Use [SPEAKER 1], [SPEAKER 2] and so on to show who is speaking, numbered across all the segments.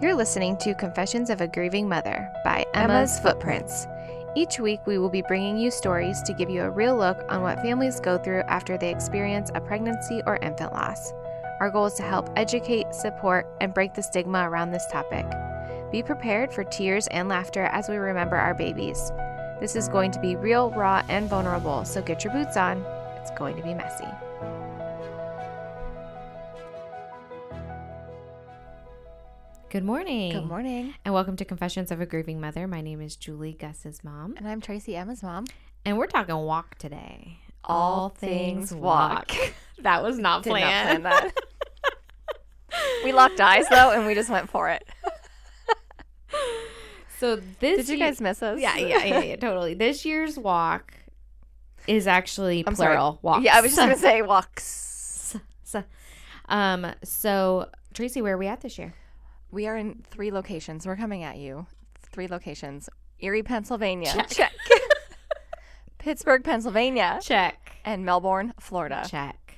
[SPEAKER 1] You're listening to Confessions of a Grieving Mother by Emma's Footprints. Each week, we will be bringing you stories to give you a real look on what families go through after they experience a pregnancy or infant loss. Our goal is to help educate, support, and break the stigma around this topic. Be prepared for tears and laughter as we remember our babies. This is going to be real, raw, and vulnerable, so get your boots on. It's going to be messy. Good morning.
[SPEAKER 2] Good morning.
[SPEAKER 1] And welcome to Confessions of a Grieving Mother. My name is Julie Gus's mom.
[SPEAKER 2] And I'm Tracy Emma's mom.
[SPEAKER 1] And we're talking walk today.
[SPEAKER 2] All things walk.
[SPEAKER 1] that was not
[SPEAKER 2] Did not
[SPEAKER 1] planned.
[SPEAKER 2] plan that. We locked eyes though and we just went for it.
[SPEAKER 1] so this
[SPEAKER 2] Did you
[SPEAKER 1] year-
[SPEAKER 2] guys miss us?
[SPEAKER 1] Yeah, yeah, yeah, yeah, totally. This year's walk is actually
[SPEAKER 2] I'm sorry.
[SPEAKER 1] plural walks.
[SPEAKER 2] Yeah, I was just gonna say walks.
[SPEAKER 1] um so Tracy, where are we at this year?
[SPEAKER 2] We are in three locations. We're coming at you. Three locations. Erie, Pennsylvania.
[SPEAKER 1] Check.
[SPEAKER 2] Pittsburgh, Pennsylvania.
[SPEAKER 1] Check.
[SPEAKER 2] And Melbourne, Florida.
[SPEAKER 1] Check.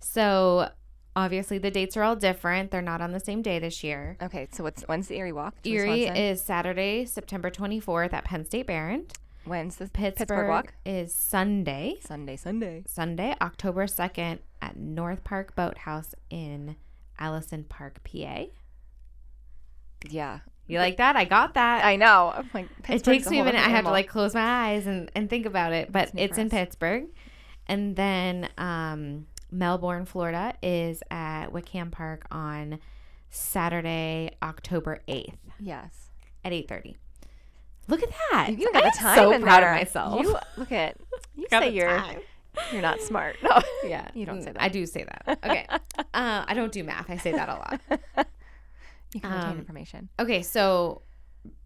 [SPEAKER 1] So obviously the dates are all different. They're not on the same day this year.
[SPEAKER 2] Okay, so what's when's the Erie walk? Julie
[SPEAKER 1] Erie
[SPEAKER 2] Swanson?
[SPEAKER 1] is Saturday, September 24th at Penn State Barron.
[SPEAKER 2] when's the
[SPEAKER 1] Pittsburgh,
[SPEAKER 2] walk?
[SPEAKER 1] is Sunday,
[SPEAKER 2] Sunday, Sunday.
[SPEAKER 1] Sunday, October 2nd at North Park Boathouse in Allison Park, PA.
[SPEAKER 2] Yeah.
[SPEAKER 1] You like that? I got that.
[SPEAKER 2] I know. I'm like,
[SPEAKER 1] it
[SPEAKER 2] Pittsburgh's
[SPEAKER 1] takes me a
[SPEAKER 2] whole
[SPEAKER 1] minute. I have to
[SPEAKER 2] different animal.
[SPEAKER 1] like close my eyes and, and think about it, but
[SPEAKER 2] That's new
[SPEAKER 1] it's
[SPEAKER 2] for
[SPEAKER 1] in
[SPEAKER 2] us.
[SPEAKER 1] Pittsburgh. And then um, Melbourne, Florida is at Wickham Park on Saturday, October 8th
[SPEAKER 2] Yes.
[SPEAKER 1] at 8.30. Look at that.
[SPEAKER 2] You
[SPEAKER 1] I
[SPEAKER 2] got
[SPEAKER 1] am
[SPEAKER 2] the time
[SPEAKER 1] so
[SPEAKER 2] in
[SPEAKER 1] proud
[SPEAKER 2] there.
[SPEAKER 1] of myself.
[SPEAKER 2] You look at you
[SPEAKER 1] Got
[SPEAKER 2] say
[SPEAKER 1] the
[SPEAKER 2] you're
[SPEAKER 1] time.
[SPEAKER 2] you're not smart. No.
[SPEAKER 1] Yeah.
[SPEAKER 2] You don't say
[SPEAKER 1] Mm, I do say that. Okay. uh, I don't do math. I say that a lot.
[SPEAKER 2] You can retain
[SPEAKER 1] Um,
[SPEAKER 2] information.
[SPEAKER 1] Okay. So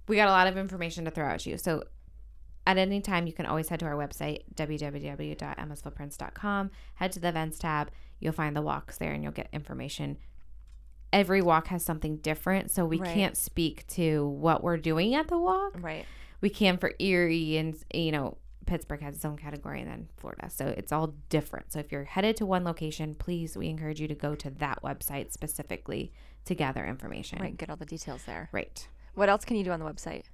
[SPEAKER 1] we got a lot of information to throw at you. So at any time, you can always head to our website, www.emmasfootprints.com. Head to the events tab. You'll find the walks there and you'll get information. Every walk has something different. So we
[SPEAKER 2] Right.
[SPEAKER 1] can't speak to what we're doing at the walk.
[SPEAKER 2] Right.
[SPEAKER 1] we can for Erie and you know Pittsburgh has its own category and then Florida. So it's all different. So if you're headed to one location, please we encourage you to go to that website specifically to gather information.
[SPEAKER 2] Right. Get all the details there.
[SPEAKER 1] Right.
[SPEAKER 2] What else can you do on the website?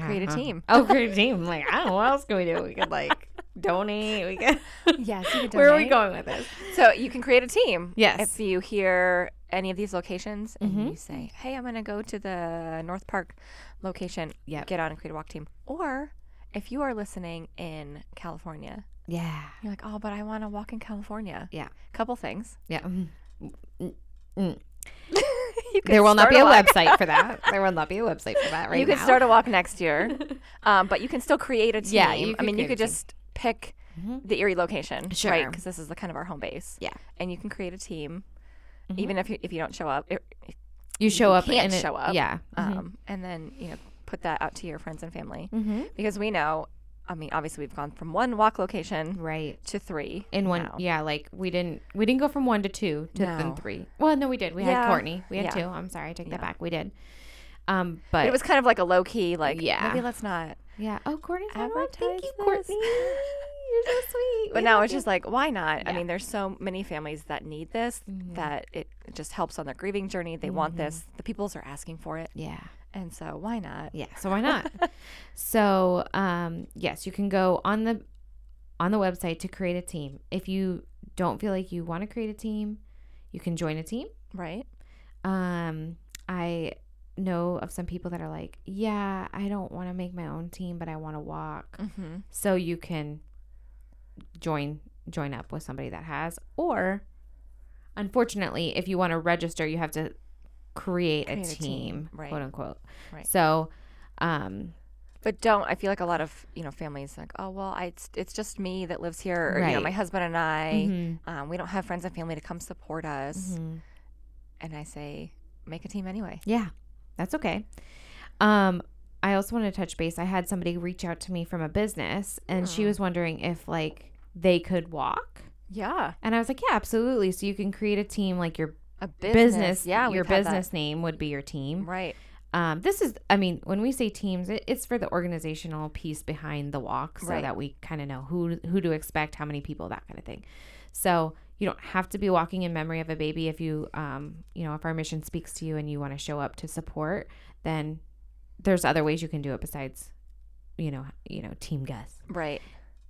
[SPEAKER 2] Create a
[SPEAKER 1] Uh-huh.
[SPEAKER 2] team.
[SPEAKER 1] Oh, create a team. Like, I don't know what else can we do? We could like donate. We could
[SPEAKER 2] Yes, you could
[SPEAKER 1] Where are we
[SPEAKER 2] donate.
[SPEAKER 1] going with this?
[SPEAKER 2] So you can create a team.
[SPEAKER 1] Yes.
[SPEAKER 2] If you hear any of these locations and
[SPEAKER 1] Mhm.
[SPEAKER 2] you say, Hey, I'm gonna go to the North Park location,
[SPEAKER 1] Yep.
[SPEAKER 2] get on and create a walk team. Or if you are listening in California,
[SPEAKER 1] Yeah.
[SPEAKER 2] you're like, Oh, but I wanna walk in California.
[SPEAKER 1] Yeah.
[SPEAKER 2] Couple things.
[SPEAKER 1] Yeah.
[SPEAKER 2] You could
[SPEAKER 1] There will not
[SPEAKER 2] start
[SPEAKER 1] be a
[SPEAKER 2] walk.
[SPEAKER 1] website for that. There will not be a website for that right
[SPEAKER 2] you
[SPEAKER 1] now.
[SPEAKER 2] could start a walk next year, um, but you can still create a team.
[SPEAKER 1] Yeah, you
[SPEAKER 2] I
[SPEAKER 1] could
[SPEAKER 2] mean, you
[SPEAKER 1] create
[SPEAKER 2] could
[SPEAKER 1] a team.
[SPEAKER 2] just pick
[SPEAKER 1] Mhm.
[SPEAKER 2] the Erie location, right?
[SPEAKER 1] Sure.
[SPEAKER 2] Because this is the kind of our home base.
[SPEAKER 1] Yeah.
[SPEAKER 2] and you can create a team,
[SPEAKER 1] Mhm.
[SPEAKER 2] even if you if you don't show up, it-
[SPEAKER 1] you show up
[SPEAKER 2] can't
[SPEAKER 1] and it-
[SPEAKER 2] show up.
[SPEAKER 1] Yeah.
[SPEAKER 2] um, and then you know put that out to your friends and family
[SPEAKER 1] mm-hmm.
[SPEAKER 2] because we know. I mean, obviously, we've gone from one walk location
[SPEAKER 1] Right.
[SPEAKER 2] to three
[SPEAKER 1] in one
[SPEAKER 2] now.
[SPEAKER 1] yeah like we didn't we didn't go from one to two to then
[SPEAKER 2] No.
[SPEAKER 1] three well no we did we had
[SPEAKER 2] Yeah.
[SPEAKER 1] courtney we had
[SPEAKER 2] Yeah.
[SPEAKER 1] two i'm sorry i take
[SPEAKER 2] Yeah.
[SPEAKER 1] that back we did um but
[SPEAKER 2] It was kind of like a low key, like
[SPEAKER 1] Yeah.
[SPEAKER 2] maybe let's not.
[SPEAKER 1] yeah oh courtney's like, "Oh,
[SPEAKER 2] Advertise
[SPEAKER 1] thank you
[SPEAKER 2] this."
[SPEAKER 1] courtney you're so sweet
[SPEAKER 2] But
[SPEAKER 1] We
[SPEAKER 2] now
[SPEAKER 1] love
[SPEAKER 2] it's
[SPEAKER 1] you."
[SPEAKER 2] just like, why not? I
[SPEAKER 1] Yeah.
[SPEAKER 2] mean, there's so many families that need this
[SPEAKER 1] Mhm.
[SPEAKER 2] that it it just helps on their grieving journey. They want this.
[SPEAKER 1] Mm-hmm.
[SPEAKER 2] The peoples are asking for it.
[SPEAKER 1] yeah
[SPEAKER 2] And so why not?
[SPEAKER 1] yeah so why not so um yes you can go on the on the website to create a team if you don't feel like you want to create a team you can join a team
[SPEAKER 2] Right?
[SPEAKER 1] Um, I know of some people that are like, yeah, I don't want to make my own team, but I want to walk.
[SPEAKER 2] Mm-hmm.
[SPEAKER 1] So you can join join up with somebody that has, or unfortunately, if you want to register, you have to create,
[SPEAKER 2] Create
[SPEAKER 1] a
[SPEAKER 2] a
[SPEAKER 1] team,
[SPEAKER 2] team, right.
[SPEAKER 1] quote unquote.
[SPEAKER 2] Right.
[SPEAKER 1] So, um,
[SPEAKER 2] But don't I feel like a lot of, you know, families like, oh well, I, it's it's just me that lives here, or you know,
[SPEAKER 1] Right.
[SPEAKER 2] my husband and I.
[SPEAKER 1] mhm,
[SPEAKER 2] Um, we don't have friends and family to come support us.
[SPEAKER 1] mhm.
[SPEAKER 2] And I say, make a team anyway.
[SPEAKER 1] yeah, that's okay. Um. I also want to touch base. I had somebody reach out to me from a business and she
[SPEAKER 2] Hmm.
[SPEAKER 1] was wondering if like they could walk.
[SPEAKER 2] Yeah,
[SPEAKER 1] And I was like, yeah, absolutely. So you can create a team like your
[SPEAKER 2] a
[SPEAKER 1] business.
[SPEAKER 2] business. yeah,
[SPEAKER 1] your
[SPEAKER 2] we've had that.
[SPEAKER 1] business name would be your team.
[SPEAKER 2] Right.
[SPEAKER 1] Um, this is, I mean, when we say teams, it, it's for the organizational piece behind the walk, so
[SPEAKER 2] Right.
[SPEAKER 1] that we kind of know who who to expect, how many people, that kind of thing. So You don't have to be walking in memory of a baby if you, um, you know, if our mission speaks to you and you want to show up to support, then there's other ways you can do it besides, you know, you know, Team Gus.
[SPEAKER 2] Right.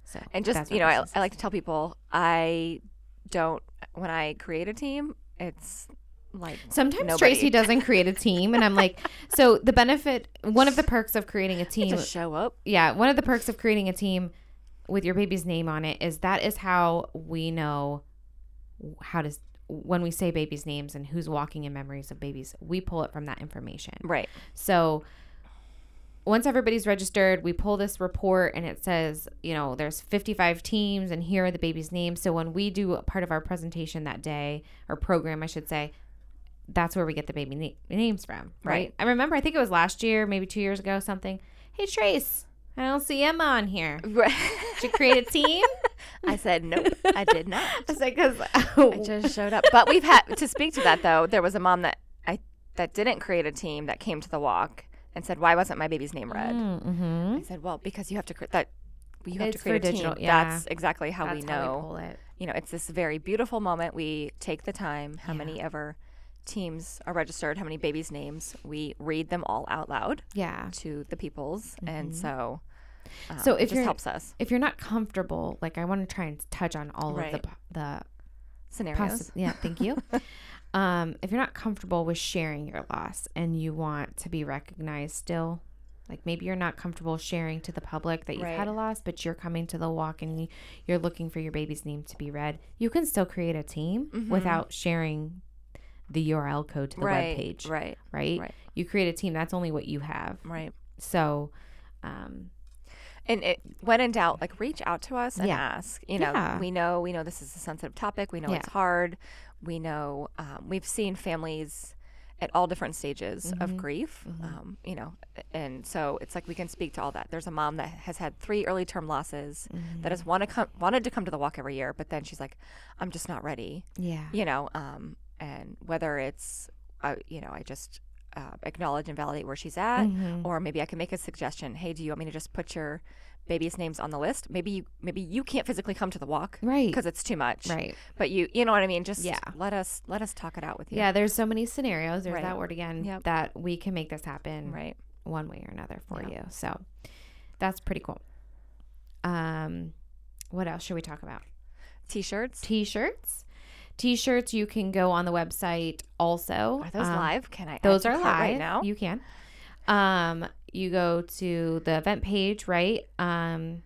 [SPEAKER 1] So
[SPEAKER 2] And just,
[SPEAKER 1] that's what
[SPEAKER 2] you know, I,
[SPEAKER 1] this is.
[SPEAKER 2] I like to tell people I don't, when I create a team, it's like,
[SPEAKER 1] Sometimes
[SPEAKER 2] Nobody.
[SPEAKER 1] Tracy doesn't create a team, and I'm like, so the benefit, one of the perks of creating a team,
[SPEAKER 2] just show up.
[SPEAKER 1] yeah, one of the perks of creating a team with your baby's name on it is that is how we know how to s- when we say babies' names and who's walking in memories of babies, we pull it from that information.
[SPEAKER 2] Right.
[SPEAKER 1] So once everybody's registered, we pull this report and it says, you know, there's 55 teams and here are the babies' names. So when we do a part of our presentation that day or program, I should say, that's where we get the baby na- names from, right?
[SPEAKER 2] Right.
[SPEAKER 1] I remember, I think it was last year, maybe two years ago, something. Hey, Trace, I don't see Emma on here. Did you create a team?
[SPEAKER 2] I said, nope, I did not.
[SPEAKER 1] I was like, oh, because
[SPEAKER 2] I just showed up. But we've had to speak to that though. There was a mom that I that didn't create a team that came to the walk and said, "Why wasn't my baby's name read?"
[SPEAKER 1] mm-hmm.
[SPEAKER 2] I said, "Well, because you have to cre- that you have
[SPEAKER 1] It's
[SPEAKER 2] to
[SPEAKER 1] for
[SPEAKER 2] create a
[SPEAKER 1] digital-
[SPEAKER 2] team.
[SPEAKER 1] yeah.
[SPEAKER 2] That's exactly how we know.
[SPEAKER 1] pull it.
[SPEAKER 2] you know, it's this very beautiful moment. We take the time. How many ever teams are registered? How many babies' names? We read them all out loud
[SPEAKER 1] Yeah.
[SPEAKER 2] to the peoples, and so." um,
[SPEAKER 1] So Mm-hmm.
[SPEAKER 2] it
[SPEAKER 1] if
[SPEAKER 2] just
[SPEAKER 1] you're-
[SPEAKER 2] helps us
[SPEAKER 1] If you're not comfortable, like I want to try and touch on all of the
[SPEAKER 2] Right.
[SPEAKER 1] po- the
[SPEAKER 2] scenarios,
[SPEAKER 1] Possi- yeah, thank you. um, if you're not comfortable with sharing your loss and you want to be recognized still, like maybe you're not comfortable sharing to the public that you've
[SPEAKER 2] Right.
[SPEAKER 1] had a loss, but you're coming to the walk and you- you're looking for your baby's name to be read, you can still create a team
[SPEAKER 2] Mm-hmm.
[SPEAKER 1] without sharing the URL code to the web
[SPEAKER 2] right?
[SPEAKER 1] webpage, right,
[SPEAKER 2] Right, right.
[SPEAKER 1] You create a team. That's only what you have.
[SPEAKER 2] right.
[SPEAKER 1] So, um,
[SPEAKER 2] And it, when in doubt, like reach out to us and
[SPEAKER 1] Yeah.
[SPEAKER 2] ask. You know,
[SPEAKER 1] Yeah.
[SPEAKER 2] we know we know this is a sensitive topic. We know
[SPEAKER 1] Yeah.
[SPEAKER 2] it's hard. We know um, we've seen families at all different stages
[SPEAKER 1] Mm-hmm.
[SPEAKER 2] of grief. Um, you know, and so it's like we can speak to all that. There's a mom that has had three early term losses
[SPEAKER 1] Mm-hmm.
[SPEAKER 2] that has want to come wanted to come to the walk every year, but then she's like, I'm just not ready
[SPEAKER 1] yeah,
[SPEAKER 2] you know um and whether it's uh, you know i just uh, acknowledge and validate where she's at
[SPEAKER 1] Mm-hmm.
[SPEAKER 2] or maybe i can make a suggestion hey do you want me to just put your baby's names on the list maybe you maybe you can't physically come to the walk
[SPEAKER 1] Right.
[SPEAKER 2] because it's too much
[SPEAKER 1] right.
[SPEAKER 2] but you you know what i mean just
[SPEAKER 1] Yeah.
[SPEAKER 2] let us let us talk it out with you
[SPEAKER 1] Yeah, there's so many scenarios. There's
[SPEAKER 2] Right.
[SPEAKER 1] that word again
[SPEAKER 2] Yep.
[SPEAKER 1] that we can make this happen.
[SPEAKER 2] right
[SPEAKER 1] one way or another for
[SPEAKER 2] Yeah.
[SPEAKER 1] you. So that's pretty cool. Um, what else should we talk about?
[SPEAKER 2] t-shirts
[SPEAKER 1] T-shirts. T-shirts you can go on the website also.
[SPEAKER 2] are those
[SPEAKER 1] Um,
[SPEAKER 2] live can i add
[SPEAKER 1] Those
[SPEAKER 2] to
[SPEAKER 1] are
[SPEAKER 2] cart
[SPEAKER 1] live.
[SPEAKER 2] right now
[SPEAKER 1] You can. Um, you go to the event page, right? Um,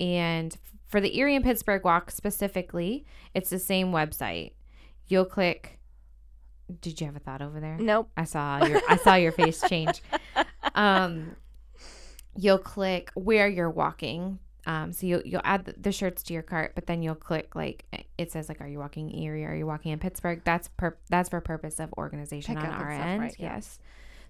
[SPEAKER 1] and f- for the Erie and Pittsburgh walk specifically, it's the same website. You'll click. Did you have a thought over there?
[SPEAKER 2] nope
[SPEAKER 1] I saw your I saw your face change. Um, you'll click where you're walking. Um, so you'll you'll add the- the shirts to your cart, but then you'll click like it says like Are you walking Erie? Are you walking in Pittsburgh? That's per that's for purpose of organization
[SPEAKER 2] Pick
[SPEAKER 1] on
[SPEAKER 2] up and
[SPEAKER 1] our
[SPEAKER 2] stuff,
[SPEAKER 1] end.
[SPEAKER 2] right, yeah.
[SPEAKER 1] Yes.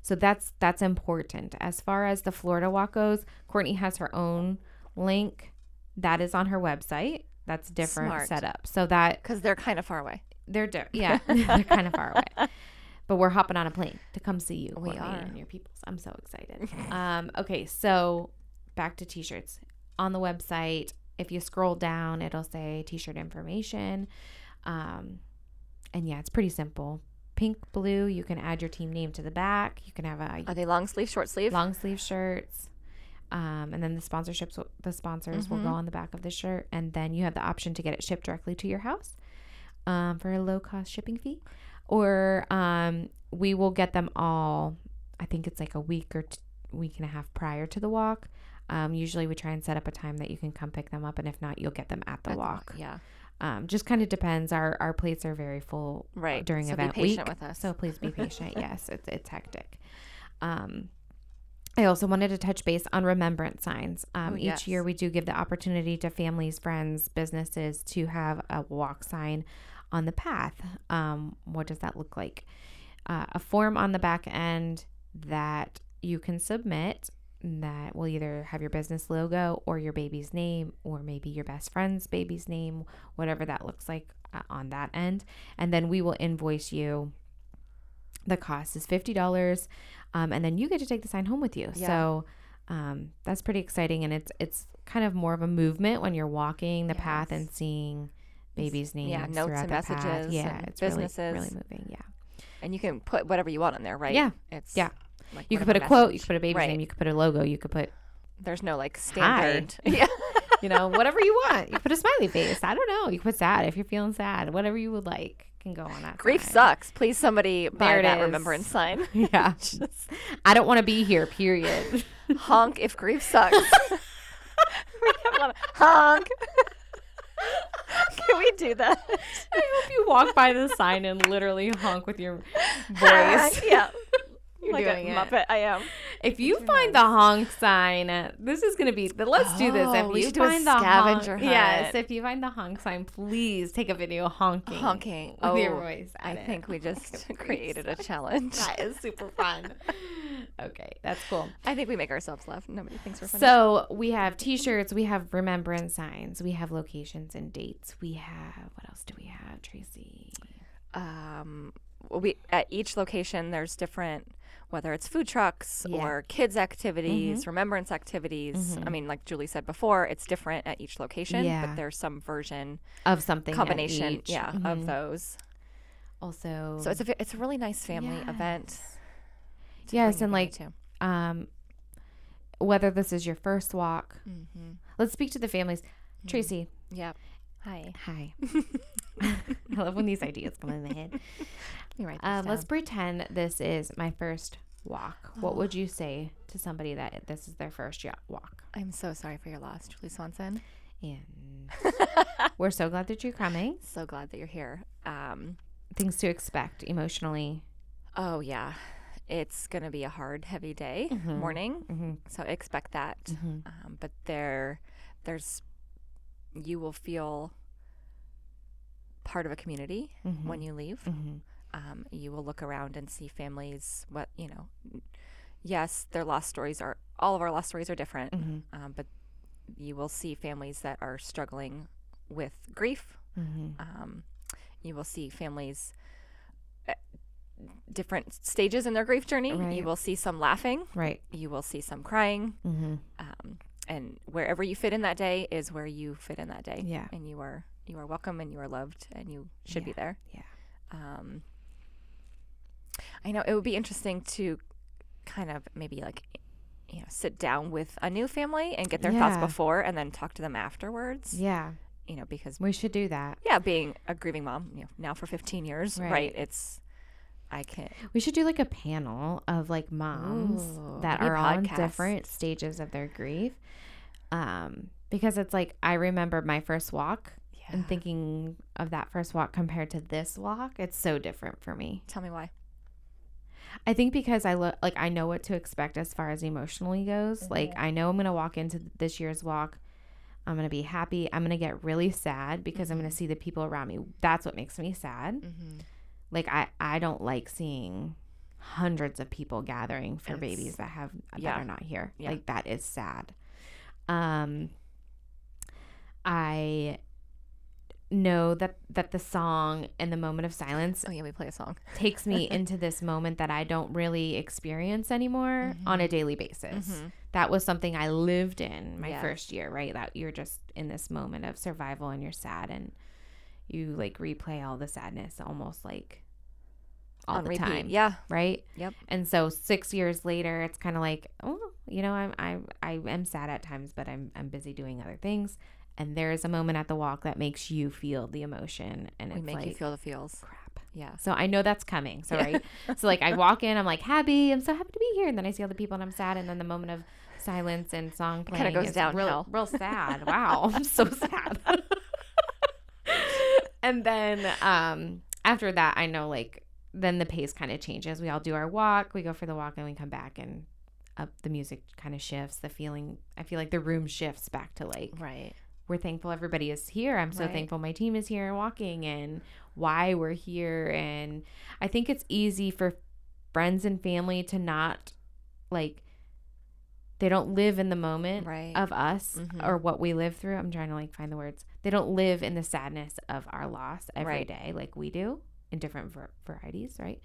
[SPEAKER 1] So that's that's important as far as the Florida walk goes. Courtney has her own link that is on her website. That's different
[SPEAKER 2] Smart.
[SPEAKER 1] setup. So that
[SPEAKER 2] because they're kind of far away
[SPEAKER 1] they're di- yeah, they're kind of far away. But we're hopping on a plane to come see you,
[SPEAKER 2] We
[SPEAKER 1] Courtney,
[SPEAKER 2] are.
[SPEAKER 1] and your peoples. I'm so excited. um, okay, so back to t-shirts on the website. If you scroll down, it'll say t-shirt information, um, and yeah, it's pretty simple. Pink, blue. You can add your team name to the back. You can have a
[SPEAKER 2] are they long sleeve short sleeve
[SPEAKER 1] long sleeve shirts um, and then the sponsorships w- the sponsors will go on the back of the shirt and then you have the option to get it shipped directly to your house um, for a low cost shipping fee or um, we will get them all i think it's like a week or t- week and a half prior to the walk um, usually we try and set up a time that you can come pick them up and if not you'll get them at the
[SPEAKER 2] That's a lot,
[SPEAKER 1] walk
[SPEAKER 2] yeah
[SPEAKER 1] um, just kind of depends our our plates are very full
[SPEAKER 2] right
[SPEAKER 1] during
[SPEAKER 2] so
[SPEAKER 1] event
[SPEAKER 2] be patient
[SPEAKER 1] week.
[SPEAKER 2] with us
[SPEAKER 1] so please be patient. yes, it's it's hectic. Um, I also wanted to touch base on remembrance signs. Um,
[SPEAKER 2] Oh,
[SPEAKER 1] each
[SPEAKER 2] yes.
[SPEAKER 1] year we do give the opportunity to families, friends, businesses to have a walk sign on the path. Um, what does that look like? Uh, a form on the back end that you can submit that will either have your business logo or your baby's name or maybe your best friend's baby's name, whatever that looks like uh, on that end. And then we will invoice you. The cost is $50. Um, and then you get to take the sign home with you.
[SPEAKER 2] Yeah.
[SPEAKER 1] So um, that's pretty exciting. And it's, it's kind of more of a movement when you're walking the path
[SPEAKER 2] Yes.
[SPEAKER 1] and seeing babies' names.
[SPEAKER 2] yeah, notes
[SPEAKER 1] throughout
[SPEAKER 2] and
[SPEAKER 1] the path.
[SPEAKER 2] messages
[SPEAKER 1] Yeah,
[SPEAKER 2] and
[SPEAKER 1] it's really-
[SPEAKER 2] businesses.
[SPEAKER 1] really moving. Yeah.
[SPEAKER 2] and you can put whatever you want on there, right?
[SPEAKER 1] Yeah.
[SPEAKER 2] It's
[SPEAKER 1] Yeah.
[SPEAKER 2] like
[SPEAKER 1] You could put a
[SPEAKER 2] whatever
[SPEAKER 1] quote, you
[SPEAKER 2] message.
[SPEAKER 1] could put a baby's
[SPEAKER 2] Right.
[SPEAKER 1] name, you could put a logo, you could put,
[SPEAKER 2] There's no like standard. Yeah.
[SPEAKER 1] you know, whatever you want. You could put a smiley face. I don't know. You could put sad if you're feeling sad. Whatever you would like can go on that.
[SPEAKER 2] Grief
[SPEAKER 1] sign.
[SPEAKER 2] sucks. Please somebody
[SPEAKER 1] There
[SPEAKER 2] buy
[SPEAKER 1] it
[SPEAKER 2] that
[SPEAKER 1] is.
[SPEAKER 2] remembrance sign.
[SPEAKER 1] Yeah. I don't want to be here, period.
[SPEAKER 2] Honk if grief sucks. we have one. Honk. can we do that?
[SPEAKER 1] I hope you walk by the sign and literally honk with your
[SPEAKER 2] Honk,
[SPEAKER 1] voice.
[SPEAKER 2] yeah.
[SPEAKER 1] You're
[SPEAKER 2] like
[SPEAKER 1] doing
[SPEAKER 2] a
[SPEAKER 1] it.
[SPEAKER 2] Muppet. I am.
[SPEAKER 1] If you find the honk sign, uh, this is going to be. th- Let's do this. If
[SPEAKER 2] Oh, we
[SPEAKER 1] you
[SPEAKER 2] should do a
[SPEAKER 1] find the honk-
[SPEAKER 2] scavenger hunt.
[SPEAKER 1] yes. If you find the honk sign, please take a video honking.
[SPEAKER 2] Honking.
[SPEAKER 1] With
[SPEAKER 2] Oh,
[SPEAKER 1] your voice.
[SPEAKER 2] I
[SPEAKER 1] at it.
[SPEAKER 2] think we just created a challenge.
[SPEAKER 1] that is super fun. okay, that's cool.
[SPEAKER 2] I think we make ourselves laugh. Nobody thinks we're funny.
[SPEAKER 1] So we have T-shirts, we have remembrance signs, we have locations and dates. We have what else do we have, Tracy?
[SPEAKER 2] um, we at each location there's different whether it's food trucks
[SPEAKER 1] Yeah.
[SPEAKER 2] or kids activities remembrance activities i mean like julie said before it's different at each location
[SPEAKER 1] Yeah.
[SPEAKER 2] but there's some version
[SPEAKER 1] Of something at
[SPEAKER 2] combination
[SPEAKER 1] each.
[SPEAKER 2] yeah of those
[SPEAKER 1] Also,
[SPEAKER 2] so it's a ve- it's a really nice family event
[SPEAKER 1] yes,
[SPEAKER 2] bring
[SPEAKER 1] and
[SPEAKER 2] your
[SPEAKER 1] like
[SPEAKER 2] family
[SPEAKER 1] um, whether this is your first walk,
[SPEAKER 2] Mm-hmm.
[SPEAKER 1] let's speak to the families. Tracy,
[SPEAKER 2] to. yeah hi
[SPEAKER 1] hi. I love when these ideas come in my head.
[SPEAKER 2] let me write this
[SPEAKER 1] Uh,
[SPEAKER 2] down.
[SPEAKER 1] let's pretend this is my first walk. What would you say to somebody that this is their first ya- walk?
[SPEAKER 2] i'm so sorry for your loss julie swanson
[SPEAKER 1] And we're so glad that you're coming.
[SPEAKER 2] so glad that you're here um,
[SPEAKER 1] Things to expect emotionally.
[SPEAKER 2] oh yeah it's gonna be a hard heavy day morning so expect that
[SPEAKER 1] Mm-hmm.
[SPEAKER 2] um, but there there's you will feel part of a community
[SPEAKER 1] Mm-hmm.
[SPEAKER 2] when you leave um, you will look around and see families what you know n- yes their lost stories are all of our lost stories are different um, but you will see families that are struggling with grief
[SPEAKER 1] Mm-hmm.
[SPEAKER 2] um, you will see families at different stages in their grief journey you
[SPEAKER 1] Right.
[SPEAKER 2] will see some laughing
[SPEAKER 1] Right.
[SPEAKER 2] you will see some crying
[SPEAKER 1] Mm-hmm.
[SPEAKER 2] um, and wherever you fit in that day is where you fit in that day
[SPEAKER 1] Yeah.
[SPEAKER 2] and you are you are welcome and you are loved and you should be there
[SPEAKER 1] Yeah.
[SPEAKER 2] um, i know it would be interesting to kind of maybe like you know sit down with a new family and get their thoughts
[SPEAKER 1] Yeah.
[SPEAKER 2] before and then talk to them afterwards
[SPEAKER 1] Yeah.
[SPEAKER 2] you know because
[SPEAKER 1] We should do that.
[SPEAKER 2] yeah being a grieving mom you know now for 15 years right,
[SPEAKER 1] Right.
[SPEAKER 2] it's i can
[SPEAKER 1] We should do like a panel of like moms
[SPEAKER 2] Ooh,
[SPEAKER 1] that
[SPEAKER 2] maybe a
[SPEAKER 1] are on
[SPEAKER 2] podcast.
[SPEAKER 1] different stages of their grief. Um, because it's like I remember my first walk and thinking of that first walk compared to this walk, it's so different for me.
[SPEAKER 2] tell me why
[SPEAKER 1] I think because I look like I know what to expect as far as emotionally goes.
[SPEAKER 2] Mm-hmm.
[SPEAKER 1] Like I know I'm gonna walk into th- this year's walk. I'm gonna be happy. I'm gonna get really sad because I'm gonna
[SPEAKER 2] Mm-hmm.
[SPEAKER 1] see the people around me. That's what makes me sad. Like I I don't like seeing hundreds of people gathering for
[SPEAKER 2] It's-
[SPEAKER 1] babies that have
[SPEAKER 2] yeah.
[SPEAKER 1] that are not here.
[SPEAKER 2] Yeah.
[SPEAKER 1] Like that is sad. Um. I know that that the song and the moment of silence
[SPEAKER 2] oh yeah we play a song
[SPEAKER 1] takes me into this moment that I don't really experience anymore
[SPEAKER 2] Mm-hmm.
[SPEAKER 1] on a daily basis. That was something I lived in my
[SPEAKER 2] Yeah.
[SPEAKER 1] first year, right? That you're just in this moment of survival and you're sad and you like replay all the sadness almost like all
[SPEAKER 2] on
[SPEAKER 1] the
[SPEAKER 2] repeat
[SPEAKER 1] time.
[SPEAKER 2] yeah
[SPEAKER 1] Right?
[SPEAKER 2] Yep.
[SPEAKER 1] And so six years later it's kinda like, oh, you know, I'm I I am sad at times, but I'm I'm busy doing other things. And there is a moment at the walk that makes you feel the emotion and
[SPEAKER 2] we
[SPEAKER 1] it's
[SPEAKER 2] make
[SPEAKER 1] like
[SPEAKER 2] you feel the feels
[SPEAKER 1] crap.
[SPEAKER 2] yeah
[SPEAKER 1] So I know that's coming. So right. so like I walk in, I'm like happy. I'm so happy to be here, and then I see all the people, and I'm sad, and then the moment of silence and song playing
[SPEAKER 2] kinda goes
[SPEAKER 1] is
[SPEAKER 2] downhill.
[SPEAKER 1] Real, real sad. Wow, I'm so sad. and then um, after that, I know like then the pace kind of changes. We all do our walk. We go for the walk, and we come back, and up the music kind of shifts. The feeling, I feel like the room shifts back to like
[SPEAKER 2] right
[SPEAKER 1] we're thankful everybody is here. I'm so
[SPEAKER 2] Right.
[SPEAKER 1] thankful my team is here and walking and why we're here. And I think it's easy for friends and family to not like, they don't live in the moment
[SPEAKER 2] Right.
[SPEAKER 1] of us
[SPEAKER 2] Mhm.
[SPEAKER 1] or what we live through. I'm trying to like find the words. They don't live in the sadness of our loss every
[SPEAKER 2] Right.
[SPEAKER 1] day like we do in different var- varieties, right?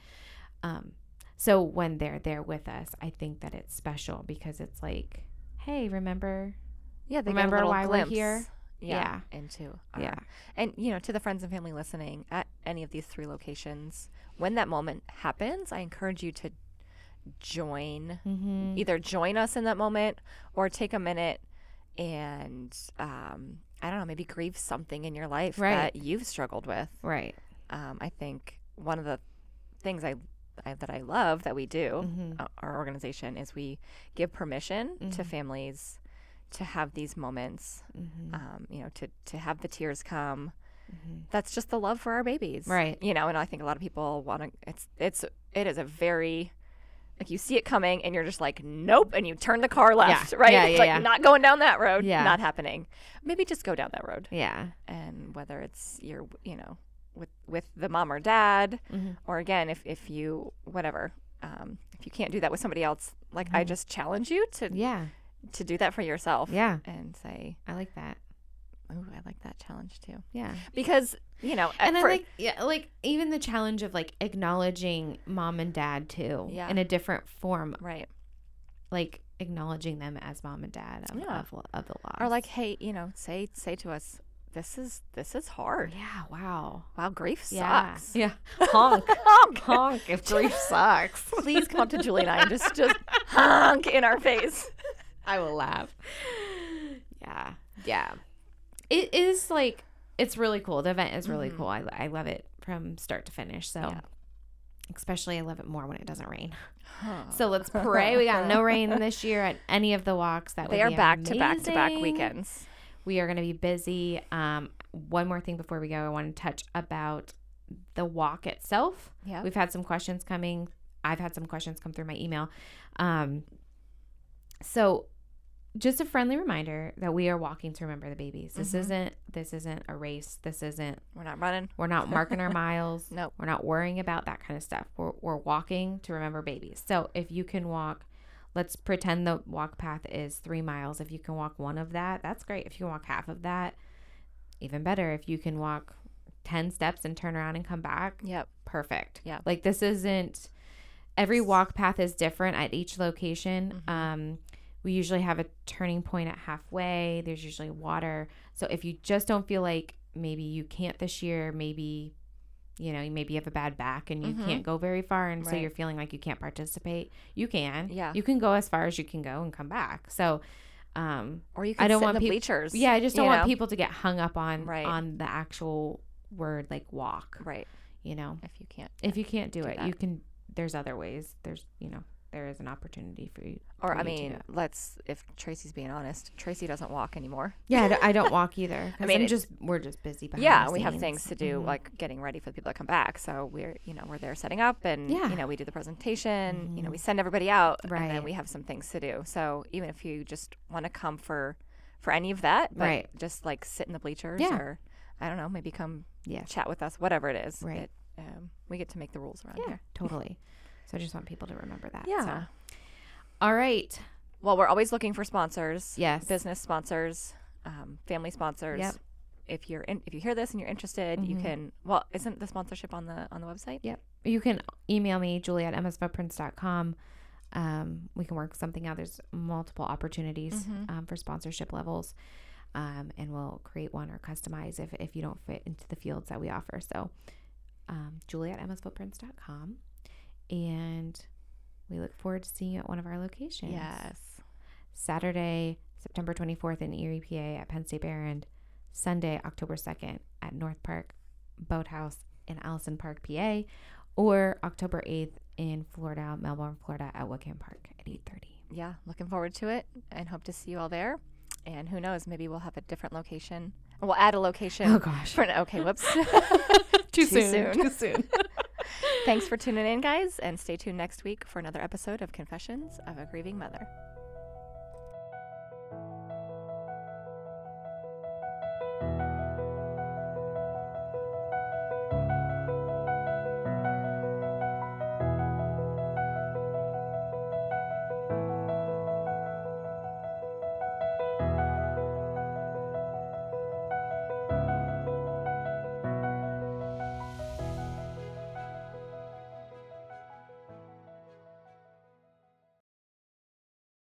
[SPEAKER 1] Um, so when they're there with us, I think that it's special because it's like, hey, remember
[SPEAKER 2] Yeah, they
[SPEAKER 1] Remember
[SPEAKER 2] get a little
[SPEAKER 1] why we're
[SPEAKER 2] glimpse.
[SPEAKER 1] here?
[SPEAKER 2] yeah, into our-
[SPEAKER 1] Yeah.
[SPEAKER 2] and you know to the friends and family listening at any of these three locations when that moment happens i encourage you to join
[SPEAKER 1] Mm-hmm.
[SPEAKER 2] either join us in that moment or take a minute and um, i don't know maybe grieve something in your life
[SPEAKER 1] Right.
[SPEAKER 2] that you've struggled with
[SPEAKER 1] Right.
[SPEAKER 2] um, i think one of the things I, I that i love that we do
[SPEAKER 1] Mm-hmm.
[SPEAKER 2] uh, our organization is we give permission to families to have these moments
[SPEAKER 1] Mm-hmm.
[SPEAKER 2] um, you know to to have the tears come
[SPEAKER 1] Mm-hmm.
[SPEAKER 2] that's just the love for our babies
[SPEAKER 1] Right.
[SPEAKER 2] you know and i think a lot of people want to it's it's it is a very like you see it coming and you're just like nope and you turn the car left right
[SPEAKER 1] Yeah,
[SPEAKER 2] it's
[SPEAKER 1] yeah,
[SPEAKER 2] like
[SPEAKER 1] yeah.
[SPEAKER 2] not going down that road
[SPEAKER 1] Yeah.
[SPEAKER 2] not happening maybe just go down that road
[SPEAKER 1] Yeah.
[SPEAKER 2] and whether it's your you know with with the mom or dad
[SPEAKER 1] Mhm.
[SPEAKER 2] or again if if you whatever um, if you can't do that with somebody else like i just challenge you to
[SPEAKER 1] Mm-hmm. Yeah.
[SPEAKER 2] to do that for yourself
[SPEAKER 1] Yeah.
[SPEAKER 2] and say
[SPEAKER 1] I like that.
[SPEAKER 2] oh i like that challenge too
[SPEAKER 1] Yeah.
[SPEAKER 2] because you know
[SPEAKER 1] And I
[SPEAKER 2] for-
[SPEAKER 1] like yeah, like even the challenge of like acknowledging mom and dad too
[SPEAKER 2] Yeah.
[SPEAKER 1] in a different form,
[SPEAKER 2] right
[SPEAKER 1] like acknowledging them as mom and dad of
[SPEAKER 2] Yeah.
[SPEAKER 1] of, of the loss.
[SPEAKER 2] or like hey you know say say to us this is this is hard
[SPEAKER 1] yeah, wow.
[SPEAKER 2] wow grief
[SPEAKER 1] Yeah.
[SPEAKER 2] sucks Oh,
[SPEAKER 1] Yeah. Honk.
[SPEAKER 2] honk
[SPEAKER 1] Honk if grief sucks.
[SPEAKER 2] please come up to julie and i and just just honk in our face
[SPEAKER 1] I will laugh. Yeah. Yeah. It is like, it's really cool. The event is
[SPEAKER 2] Mm-hmm.
[SPEAKER 1] really cool. I, I love it from start to finish. So, especially I love it more when it doesn't rain. So let's pray. we got no rain this year at any of the walks. That
[SPEAKER 2] they
[SPEAKER 1] would
[SPEAKER 2] are
[SPEAKER 1] be
[SPEAKER 2] back to back to back
[SPEAKER 1] amazing.
[SPEAKER 2] weekends
[SPEAKER 1] We are going to be busy. Um, one more thing before we go, I want to touch about the walk itself.
[SPEAKER 2] yeah
[SPEAKER 1] We've had some questions coming. I've had some questions come through my email. Um, so just a friendly reminder that we are walking to remember the babies. This
[SPEAKER 2] Mhm.
[SPEAKER 1] isn't this isn't a race. This isn't
[SPEAKER 2] we're not running
[SPEAKER 1] we're not marking our miles.
[SPEAKER 2] Nope.
[SPEAKER 1] We're not worrying about that kind of stuff. We're we're walking to remember babies. So if you can walk Let's pretend the walk path is three miles. If you can walk one of that, that's great. If you can walk half of that, even better. If you can walk 10 steps and turn around and come back,
[SPEAKER 2] yep
[SPEAKER 1] perfect.
[SPEAKER 2] Yeah.
[SPEAKER 1] Like this isn't every walk path is different at each location.
[SPEAKER 2] Mm-hmm.
[SPEAKER 1] Um we usually have a turning point at halfway. There's usually water. So if you just don't feel like maybe you can't this year, maybe you know, maybe you have a bad back and you
[SPEAKER 2] Mhm.
[SPEAKER 1] can't go very far and so
[SPEAKER 2] Right.
[SPEAKER 1] you're feeling like you can't participate, you can.
[SPEAKER 2] Yeah.
[SPEAKER 1] You can go as far as you can go and come back. So um
[SPEAKER 2] or you can
[SPEAKER 1] don't
[SPEAKER 2] sit
[SPEAKER 1] want
[SPEAKER 2] in the
[SPEAKER 1] peop-
[SPEAKER 2] bleachers
[SPEAKER 1] yeah, I just don't
[SPEAKER 2] you
[SPEAKER 1] want
[SPEAKER 2] know?
[SPEAKER 1] people to get hung up on
[SPEAKER 2] Right.
[SPEAKER 1] on the actual word like walk,
[SPEAKER 2] right
[SPEAKER 1] you know
[SPEAKER 2] if you can't
[SPEAKER 1] if you can't do,
[SPEAKER 2] do
[SPEAKER 1] it
[SPEAKER 2] that.
[SPEAKER 1] you can there's other ways there's you know there is an opportunity for you
[SPEAKER 2] or
[SPEAKER 1] for
[SPEAKER 2] i
[SPEAKER 1] you to do
[SPEAKER 2] mean
[SPEAKER 1] it.
[SPEAKER 2] let's if tracy's being honest tracy doesn't walk anymore
[SPEAKER 1] yeah I don't, I don't walk either i
[SPEAKER 2] mean,
[SPEAKER 1] mean
[SPEAKER 2] it-
[SPEAKER 1] just we're just busy behind
[SPEAKER 2] yeah
[SPEAKER 1] the
[SPEAKER 2] we have
[SPEAKER 1] scenes.
[SPEAKER 2] things to do
[SPEAKER 1] Mhm.
[SPEAKER 2] like getting ready for the people that come back so we're you know we're there setting up and
[SPEAKER 1] Yeah.
[SPEAKER 2] you know we do the presentation you know
[SPEAKER 1] Mhm.
[SPEAKER 2] we send everybody out and
[SPEAKER 1] Right.
[SPEAKER 2] then we have some things to do so even if you just want to come for for any of that but
[SPEAKER 1] Right.
[SPEAKER 2] just like sit in the bleachers
[SPEAKER 1] Yeah.
[SPEAKER 2] or i don't know maybe come
[SPEAKER 1] Mm-hmm. yeah
[SPEAKER 2] chat with us whatever it is
[SPEAKER 1] Right.
[SPEAKER 2] it, um, we get to make the rules around
[SPEAKER 1] yeah
[SPEAKER 2] here
[SPEAKER 1] totally so i just want people to remember that so.
[SPEAKER 2] yeah
[SPEAKER 1] all right
[SPEAKER 2] well we're always looking for sponsors
[SPEAKER 1] yes
[SPEAKER 2] business sponsors um, family sponsors
[SPEAKER 1] Yep.
[SPEAKER 2] if you're in, if you hear this and you're interested you
[SPEAKER 1] Mhm.
[SPEAKER 2] can well isn't the sponsorship on the on the website
[SPEAKER 1] you can email me julie at msfootprints.com um, we can work something out there's multiple opportunities
[SPEAKER 2] Mhm.
[SPEAKER 1] um, for sponsorship levels um, and we'll create one or customize if, if you don't fit into the fields that we offer so um, julie at msfootprints.com and we look forward to seeing you at one of our locations
[SPEAKER 2] yes
[SPEAKER 1] saturday september 24th in erie pa at penn state barron sunday october 2nd at north park boathouse in allison park pa or october 8th in florida melbourne florida at wickham park at 8.30
[SPEAKER 2] yeah, looking forward to it and hope to see you all there. And who knows, maybe we'll have a different location. We'll add a location.
[SPEAKER 1] oh gosh
[SPEAKER 2] For, okay, whoops.
[SPEAKER 1] too,
[SPEAKER 2] soon.
[SPEAKER 1] too soon
[SPEAKER 2] Thanks for tuning in, guys, and stay tuned next week for another episode of Confessions of a Grieving Mother.